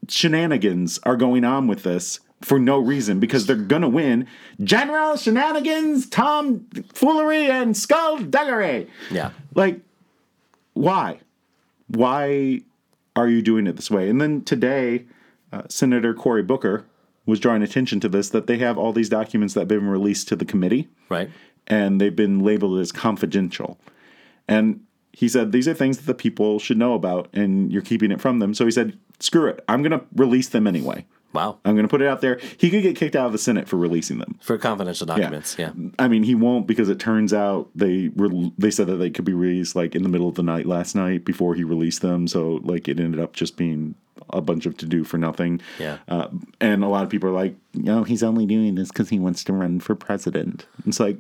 shenanigans are going on with this for no reason because they're going to win general shenanigans, Tom foolery and skullduggery.
Yeah.
Like, why? Why are you doing it this way? And then today, uh, Senator Cory Booker was drawing attention to this that they have all these documents that have been released to the committee
Right.
and they've been labeled as confidential. And he said, These are things that the people should know about, and you're keeping it from them. So he said, Screw it. I'm going to release them anyway.
Wow.
I'm going to put it out there. He could get kicked out of the Senate for releasing them.
For confidential documents. Yeah.
I mean, he won't because it turns out they were they said that they could be released like in the middle of the night last night before he released them. So like it ended up just being a bunch of to do for nothing.
Yeah.
Uh, and a lot of people are like, no, he's only doing this because he wants to run for president. It's like,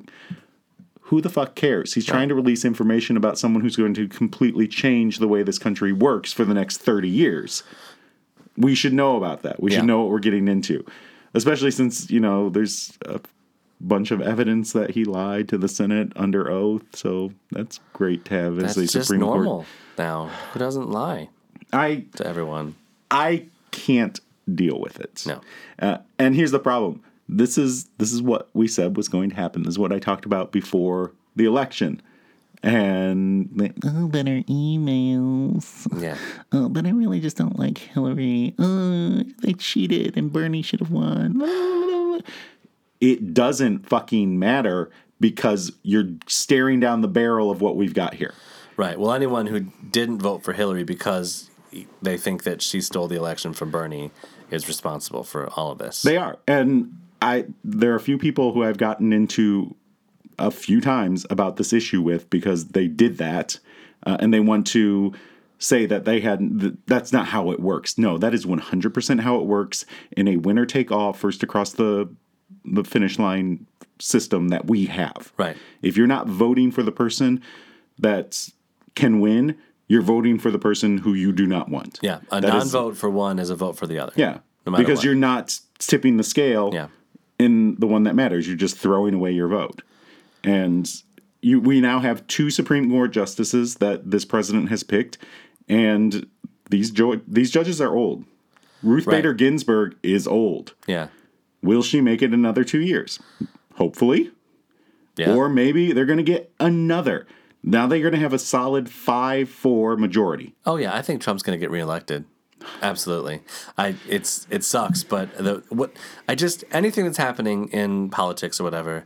who the fuck cares? He's trying to release information about someone who's going to completely change the way this country works for the next 30 years. We should know about that. We
Yeah.
should know what we're getting into, especially since, you know, there's a bunch of evidence that he lied to the Senate under oath. So that's great to have as
That's
a
just
Supreme
normal
Court.
now. Who doesn't lie
I
to everyone?
I can't deal with it.
No.
Uh, and here's the problem. This is this is what we said was going to happen. This is what I talked about before the election. And they-
Oh, but her emails.
Yeah.
Oh, but I really just don't like Hillary. Oh, they cheated and Bernie should have won.
it doesn't fucking matter because you're staring down the barrel of what we've got here.
Right. Well, anyone who didn't vote for Hillary because they think that she stole the election from Bernie is responsible for all of this.
They are. And I there are a few people who I've gotten into a few times about this issue with because they did that uh, and they want to say that they had th- that's not how it works. No, that is 100% how it works in a winner take all first across the the finish line system that we have.
Right.
If you're not voting for the person that can win, you're voting for the person who you do not want.
yeah. A
That
non
is-
vote for one is a vote for the other.
yeah.
No matter
because
what.
you're not tipping the scale
Yeah.
in the one that matters. You're just throwing away your vote. And you we now have two Supreme Court justices that this president has picked and these jo- these judges are old. Ruth
Right.
Bader Ginsburg is old.
Yeah.
Will she make it another 2 years? Hopefully.
Yeah.
Or maybe they're going to get another. Now they're going to have a solid 5-4 majority.
Oh yeah, I think Trump's going to get reelected. Absolutely. I it's it sucks, but the what I just anything that's happening in politics or whatever,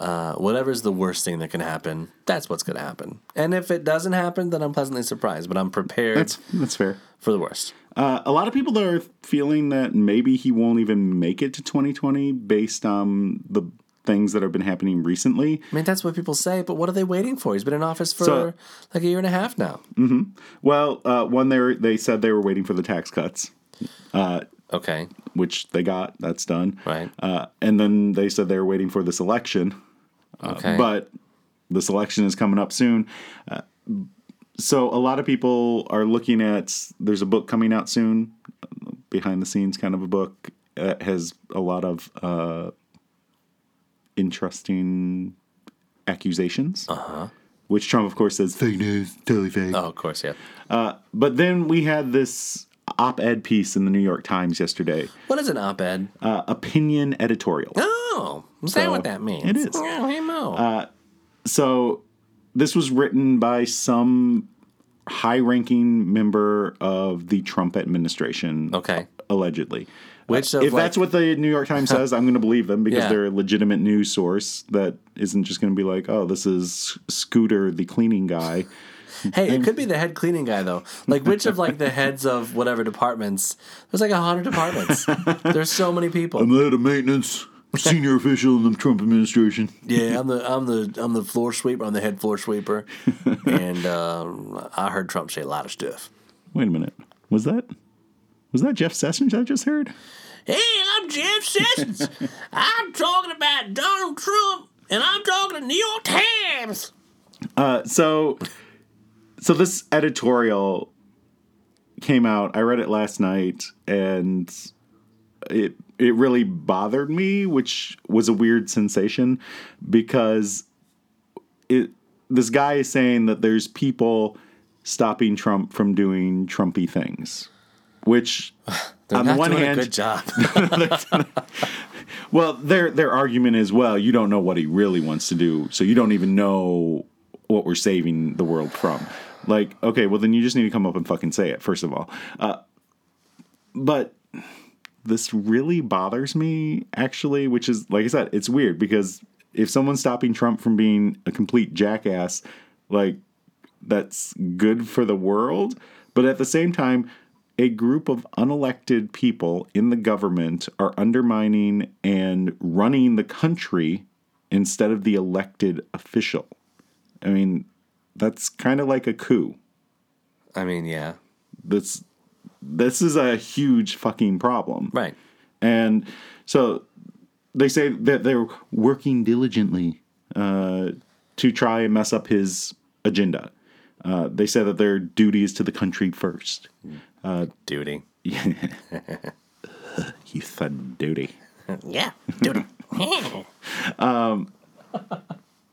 uh, whatever's the worst thing that can happen, that's what's going to happen. And if it doesn't happen, then I'm pleasantly surprised, but I'm prepared
That's that's fair.
for the worst.
Uh, a lot of people are feeling that maybe he won't even make it to 2020 based on the things that have been happening recently.
I mean, that's what people say, but what are they waiting for? He's been in office for
So-
like a year and a half now.
Well, uh, one they were, they said they were waiting for the tax cuts,
Okay,
which they got. That's done.
Right.
Uh, and then they said they were waiting for this election,
okay,
Uh, but this election is coming up soon. Uh, so a lot of people are looking at. There's a book coming out soon, behind the scenes kind of a book that has a lot of uh, interesting accusations. Uh huh. which Trump, of course, says fake news, totally fake.
Oh, of course, yeah.
But then we had this op-ed piece in the New York Times yesterday,
What is an op-ed?
uh, opinion editorial.
oh, is that what that means?
it is. Uh,
Oh, hey, Mo.
So this was written by some high-ranking member of the Trump administration,
okay.
allegedly.
Which of,
if that's
like-
what the New York Times says, I'm going to believe them because
Yeah.
they're a legitimate news source that isn't just going to be like, "Oh, this is Scooter, the cleaning guy."
Hey, it could be the head cleaning guy though. Like which of like the heads of whatever departments? There's like a hundred departments. There's so many people.
head of maintenance, senior official in the Trump administration.
Yeah, I'm the I'm the I'm the floor sweeper. I'm the head floor sweeper. And um, I heard Trump say a lot of stuff.
Wait a minute, was that was that Jeff Sessions I just heard?
Hey, I'm Jeff Sessions. I'm talking about Donald Trump, and I'm talking to New York Times.
so so this editorial came out i read it last night and it it really bothered me which was a weird sensation because it this guy is saying that there's people stopping trump from doing trumpy things which
They're
on
not
the one
doing
hand
a good job.
well, their their argument is well, you don't know what he really wants to do, so you don't even know what we're saving the world from. Like, okay, well then you just need to come up and fucking say it first of all. Uh, but this really bothers me actually, which is like I said, it's weird because if someone's stopping Trump from being a complete jackass, like that's good for the world. But at the same time, a group of unelected people in the government are undermining and running the country instead of the elected official. I mean, that's kind of like a coup.
I mean, yeah,
That's this is a huge fucking problem.
right.
And so they say that they're working diligently uh, to try and mess up his agenda. Uh, they say that their duty is to the country first.
Duty.
You said duty.
Yeah, dude.
Um,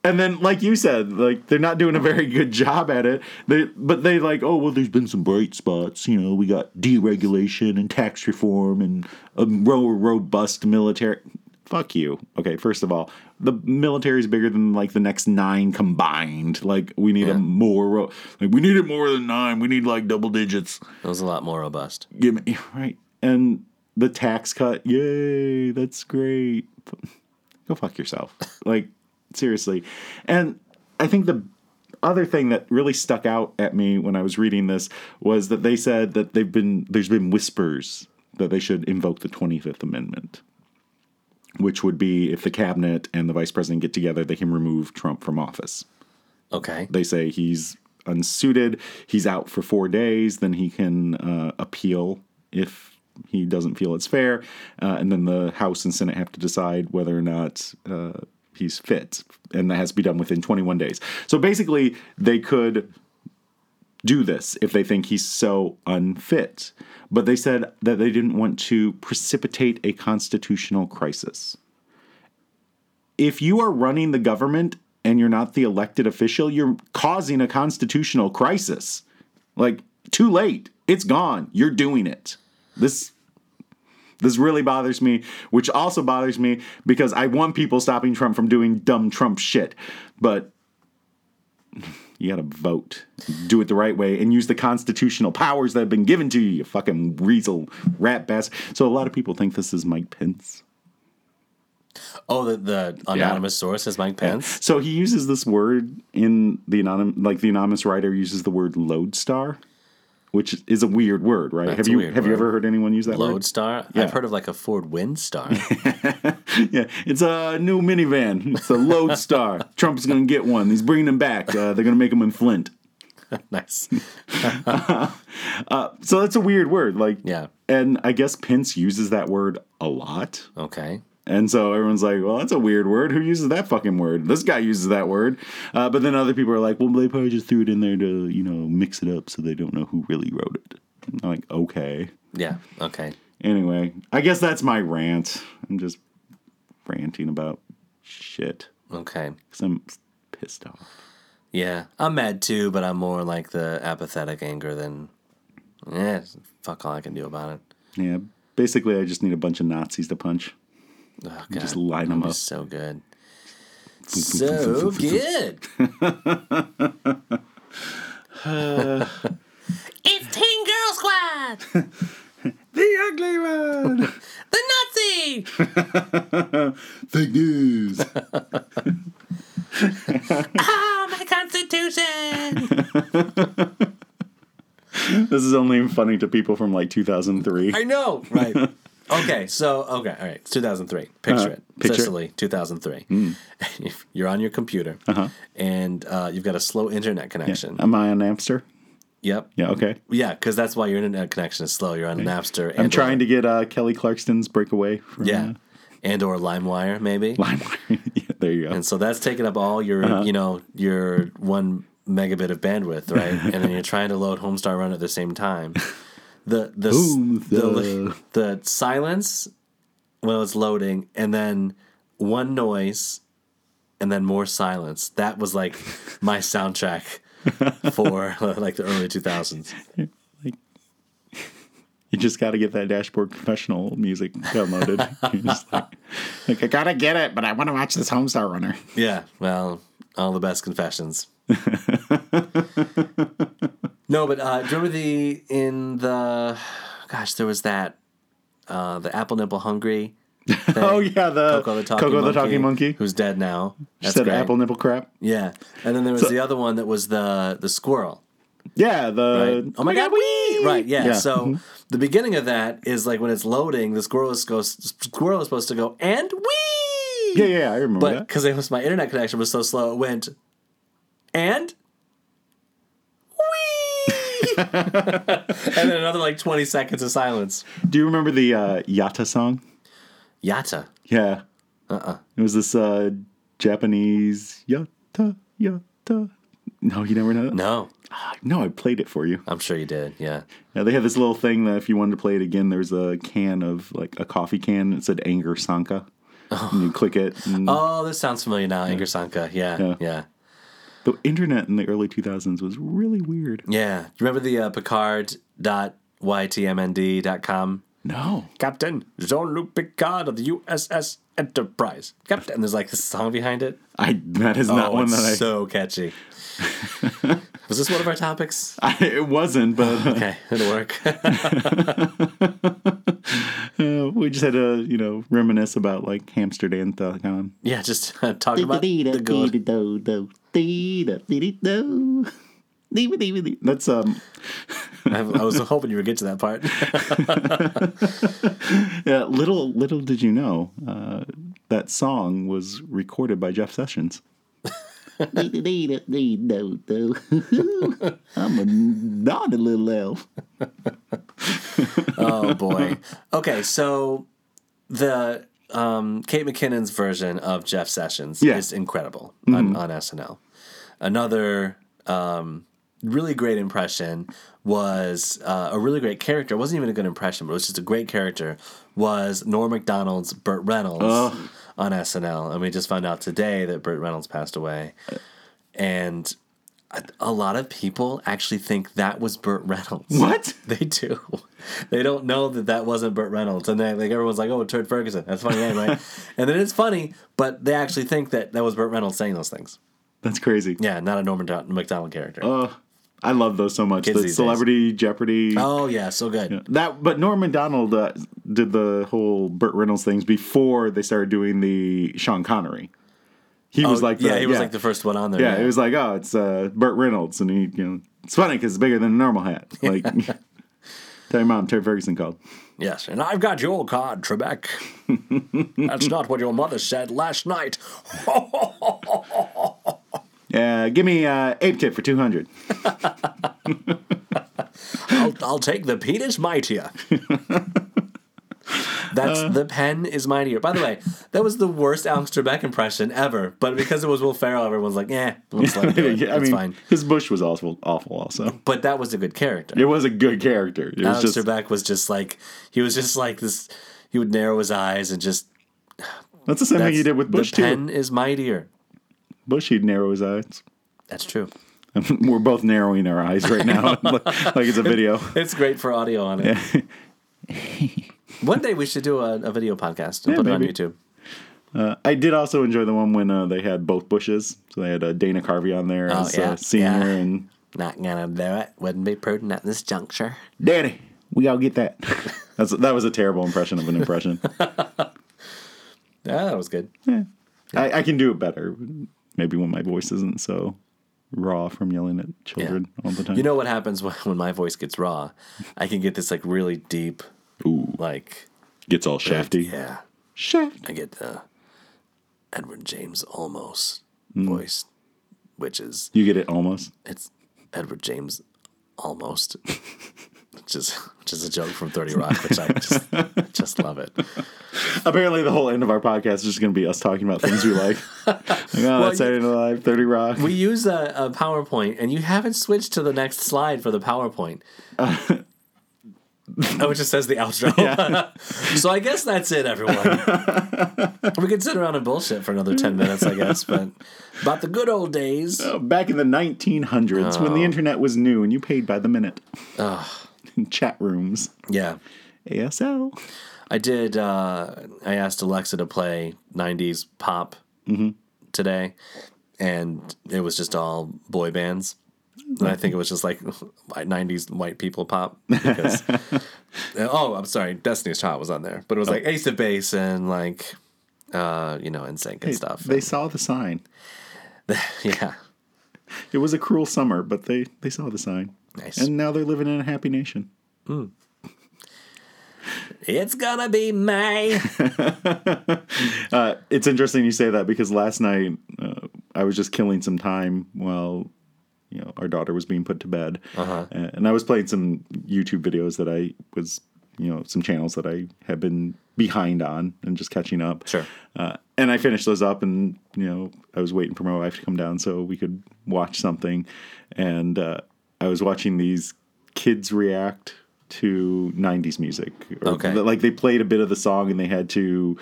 And then, like you said, like they're not doing a very good job at it. They, but they like, oh well, there's been some bright spots. You know, we got deregulation and tax reform and a more robust military. Fuck you. Okay, first of all, the military is bigger than like the next nine combined. Like we need a more, ro- like we need it more than nine. We need like double digits.
It was a lot more robust.
Give me right. And the tax cut, yay, that's great. Go fuck yourself. Like seriously. And I think the other thing that really stuck out at me when I was reading this was that they said that they've been there's been whispers that they should invoke the 25th amendment. Which would be if the cabinet and the vice president get together, they can remove Trump from office
Okay.
they say he's unsuited he's out for four days then he can uh, appeal if he doesn't feel it's fair uh, and then the house and senate have to decide whether or not uh, he's fit and that has to be done within 21 days so basically they could do this if they think he's so unfit but they said that they didn't want to precipitate a constitutional crisis if you are running the government and you're not the elected official, you're causing a constitutional crisis. Like too late. It's gone. You're doing it. This this really bothers me, which also bothers me because I want people stopping Trump from doing dumb Trump shit. But you got to vote. Do it the right way and use the constitutional powers that have been given to you, you fucking weasel rat bastard. So a lot of people think this is Mike Pence.
Oh, the, the anonymous source is Mike Pence.
So he uses this word in the anonymous, like the anonymous writer uses the word lodestar, which is a weird word, right? have
a
you
weird
have you
word.
ever heard anyone use that
Lodestar. I've heard of like a Ford Windstar.
word? Yeah, it's a new minivan. It's a lodestar. Trump's gonna get one. He's bringing them back. Uh, they're gonna make them in Flint.
nice.
So that's a weird word, like
Yeah.
And I guess Pence uses that word a lot.
Okay.
And so everyone's like, well, that's a weird word. Who uses that fucking word? This guy uses that word. Uh, but then other people are like, well, they probably just threw it in there to, you know, mix it up so they don't know who really wrote it. I'm like, okay.
Yeah. Okay.
Anyway, I guess that's my rant. I'm just ranting about shit
Okay.
because I'm pissed off.
Yeah, I'm mad too, but I'm more like the apathetic anger than, yeah, fuck all I can do about it.
Yeah. Basically, I just need a bunch of Nazis to punch.
Oh, God.
Just line 'em
That'd be
up.
So good. so good.
It's Teen Girl Squad!
The ugly one.
The Nazi!
Fake news.
Oh, my Constitution!
this is only funny to people from like 2003.
I know, right? okay, so okay, all right. 2003. Picture
Uh-huh. picture
it.
it. Hmm.
Sicily, 2003. You're on your computer,
Uh-huh.
and uh, you've got a slow internet connection.
Am I on Napster? Uh,
Yep.
Yeah. Okay.
Yeah, because that's why your internet connection is slow. You're on Napster.
I'm trying to get uh, Kelly Clarkson's breakaway. From,
Yeah, and or LimeWire maybe.
uh, LimeWire. yeah, there you go. Uh-huh.
And so that's taking up all your, you know, your one megabit of bandwidth, right? and then you're trying to load Homestar Run at the same time. The the s- the,
Homestar.
the silence when it's loading, and then one noise, and then more silence. That was like my soundtrack for like the early 2000s.
You just got to get that dashboard confessional music downloaded. You're just like, like, I gotta get it, but I want to watch this Homestar Runner.
Yeah, well, all the best confessions. no, but uh, do you remember the in the gosh, there was that uh, the apple nipple hungry. Thing.
Oh yeah, the
Coco the talking, monkey,
monkey.
who's dead now. That's
Instead of
great.
apple nipple crap.
Yeah, and then there was the other one that was the the squirrel.
Yeah, the
Right? oh my god, we right? Yeah. Mm-hmm.
Yeah.
So the beginning of that is like when it's loading, the squirrel is goes squirrel is supposed to go and we.
Yeah, yeah, I remember
But
that.
because it was my internet connection was so slow, it went and wee, and then another like twenty seconds of silence.
Do you remember the uh, Yatta song?
Yatta.
Yeah.
Uh-uh.
Uh uh It was this uh, Japanese Yatta Yatta. No, you never know that.
No,
No, I played it for you.
I'm sure you did. Yeah.
Yeah, they had this little thing that if you wanted to play it again, there's a can of like a coffee can. It said Anger Sanka. And you click it. And
Oh, this sounds familiar now. Inger Sanka. Yeah, yeah.
Yeah.
Yeah.
The internet in the early 2000s was really weird.
Do you remember the uh, Picard dot ytmnd dot com?
No.
Captain Jean Luc Picard of the USS Enterprise. Captain. And there's like this song behind it.
I that is not
oh,
one
it's
that I,
so catchy. Was this one of our topics?
I it wasn't, but
Okay, it'll work.
uh, we just had to, you know, reminisce about like Hamsterdam Thon.
Yeah, just uh, talking about the good.
That's
That's um
I, I was hoping you would get to that part.
yeah, little little did you know, uh, that song was recorded by Jeff Sessions.
I'm a naughty little elf.
oh boy. Okay, so the um, Kate McKinnon's version of Jeff Sessions
Yeah.
is incredible on, on SNL. Another um, really great impression was uh, a really great character. It wasn't even a good impression, but it was just a great character. Was Norm Macdonald's Burt Reynolds on SNL, and we just found out today that Burt Reynolds passed away, and. a- A lot of people actually think that was Burt Reynolds.
What?
They do. They don't know that that wasn't Burt Reynolds, and they like everyone's like, "Oh, Turd Ferguson." That's a funny name, right? and then it's funny, but they actually think that that was Burt Reynolds saying those things.
That's crazy.
Yeah, not a Norman Do- McDonald character.
Um, I love those so much.
Kids
The
these days.
Celebrity Jeopardy.
oh yeah, so good.
That, but Norm Macdonald uh, did the whole Burt Reynolds things before they started doing the Sean Connery. He
Oh,
was like, the,
yeah, he was like the first one on there.
yeah, it was like, oh, it's uh, Burt Reynolds, and he, you know, it's funny because it's bigger than a normal hat. Like, tell your mom, Terry Ferguson called.
yes, and I've got your card, Trebek. That's not what your mother said last night.
Uh, give me uh, ape kit for two hundred.
I'll, I'll take the penis mightier. That's
Uh.
the pen is mightier. By the way, that was the worst Alex Trebek impression ever. But because it was Will Ferrell, everyone's like, "Eh, let's let him do it.
yeah, I
it's
mean,
fine."
his bush was awful. Awful. Also,
But that was a good character.
it was a good character. It was
Alex
just
Trebek was just like he was just like this. He would narrow his eyes and just.
that's the same thing
that's-
he did with Bush
the
too.
pen is mightier.
Bush, he'd narrow his eyes.
That's true.
We're both narrowing our eyes right now, like it's a video.
It's great for audio on it. One day we should do a, a video podcast and
Yeah,
put
maybe.
it on YouTube.
I did also enjoy the one when uh, they had both Bushes. So they had uh, Dana Carvey on there
Oh,
as
yeah,
uh, senior
yeah.
and
Not gonna do it. Wouldn't be prudent at this juncture.
Danny. We all get that. That's that was a terrible impression of an impression.
Yeah, that was good.
I, I can do it better. Maybe when my voice isn't so raw from yelling at children all the time.
You know what happens when, when my voice gets raw? I can get this like really deep,
Ooh,
like
gets all shafty.
yeah.
Shaft.
I get the Edward James almost voice, which is
You get it almost.
it's Edward James almost, which is which is a joke from Thirty Rock, which I just just love it.
Apparently, the whole end of our podcast is just going to be us talking about things we like. like oh, that's Saturday Night Live, Thirty Rock.
We use a, a PowerPoint, and you haven't switched to the next slide for the PowerPoint. oh, it just says the outro. so I guess that's it, everyone. we could sit around and bullshit for another ten minutes, I guess, but about the good old days.
Back in the 1900s, when
Oh.
the internet was new and you paid by the minute. Chat rooms,
Yeah.
ASL.
I did. Uh, I asked Alexa to play '90s pop Mm-hmm. today, and it was just all boy bands. And I think it was just like '90s white people pop. Because oh, I'm sorry, Destiny's Child was on there, but it was like Ace of Base and like uh, you know, NSYNC and stuff.
They saw the sign.
yeah,
It was a cruel summer, but they they saw the sign,
nice.
and now they're living in a happy nation.
it's gonna be May.
It's interesting you say that because last night uh, I was just killing some time while you know our daughter was being put to bed,
Uh-huh.
uh and I was playing some YouTube videos that I was you know some channels that I had been behind on and just catching up.
Sure.
Uh, and I finished those up, and you know I was waiting for my wife to come down so we could watch something, and uh, I was watching these kids react to 90s music or
Okay.
the- like they played a bit of the song and they had to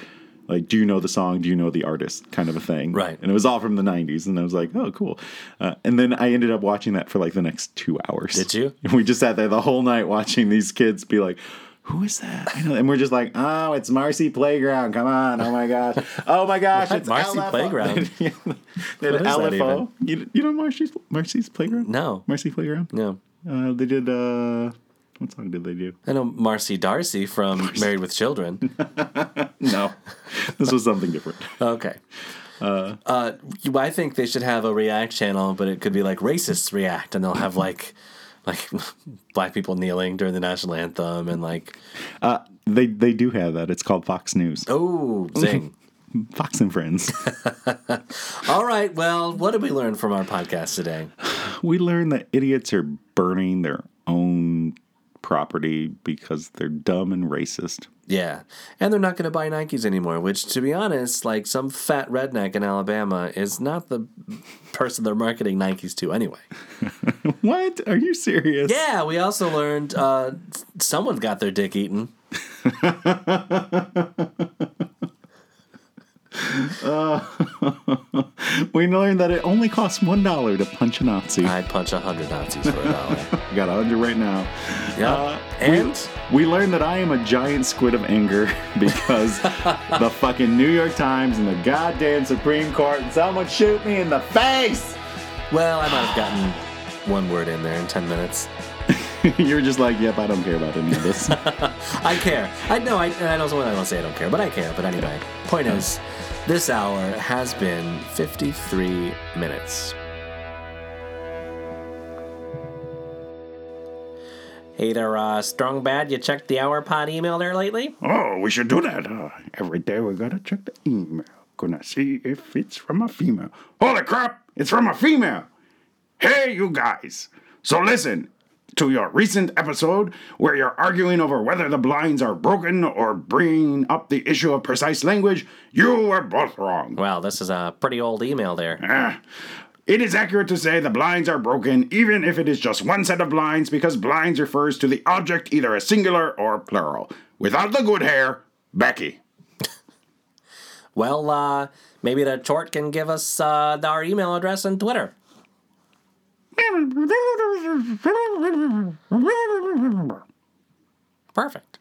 like do you know the song do you know the artist kind of a thing
Right.
and it was all from the 90s and i was like oh cool uh, and then i ended up watching that for like the next two hours
Did you?
and we just sat there the whole night watching these kids be like who is that? I know. And we're just like, oh, it's Marcy Playground. Come on. Oh my gosh. Oh my gosh.
What?
It's
Marcy
LFO.
Playground?
Yeah. They had
What is that
LFO. You, you know Marcy's, Marcy's Playground?
No.
Marcy Playground?
no.
Uh, they did, uh, what song did they do?
I know Marcy Darcy from Married with Children.
No. this was something different.
Okay. Uh, you- I think they should have a React channel, but it could be like racists react, and they'll have like, like black people kneeling during the national anthem, and like,
Uh, They they do have that. It's called Fox News.
oh, zing.
Fox and Friends.
All right. Well, what did we learn from our podcast today?
we learned that idiots are burning their own property because they're dumb and racist.
Yeah, and they're not going to buy Nikes anymore. Which, to be honest, like some fat redneck in Alabama is not the person they're marketing Nikes to anyway.
What? Are you serious?
Yeah, we also learned uh, someone got their dick eaten.
We learned that it only costs one dollar to punch a Nazi. I
I'd punch a hundred Nazis for a dollar.
got a hundred right now.
Yeah,
Uh,
and.
We learned that I am a giant squid of anger because the fucking New York Times and the goddamn Supreme Court and someone shoot me in the face.
Well, I might have gotten one word in there in 10 minutes.
You're just like, yep, I don't care about any of this.
I care. I know, I, I don't want to say I don't care, but I care. But anyway, point is, this hour has been 53 minutes. Hey there, uh, Strong Bad, you checked the hour pod email there lately?
Oh, we should do that. Uh, every day we gotta check the email. Gonna see if it's from a female. Holy crap, it's from a female! Hey, you guys! So listen to your recent episode where you're arguing over whether the blinds are broken or bringing up the issue of precise language. You were both wrong.
Wow, this is a pretty old email there.
Ah. It is accurate to say the blinds are broken, even if it is just one set of blinds, because blinds refers to the object, either a singular or plural. Without the good hair, Becky.
Well, uh, maybe the chort can give us uh, our email address and Twitter.
Perfect.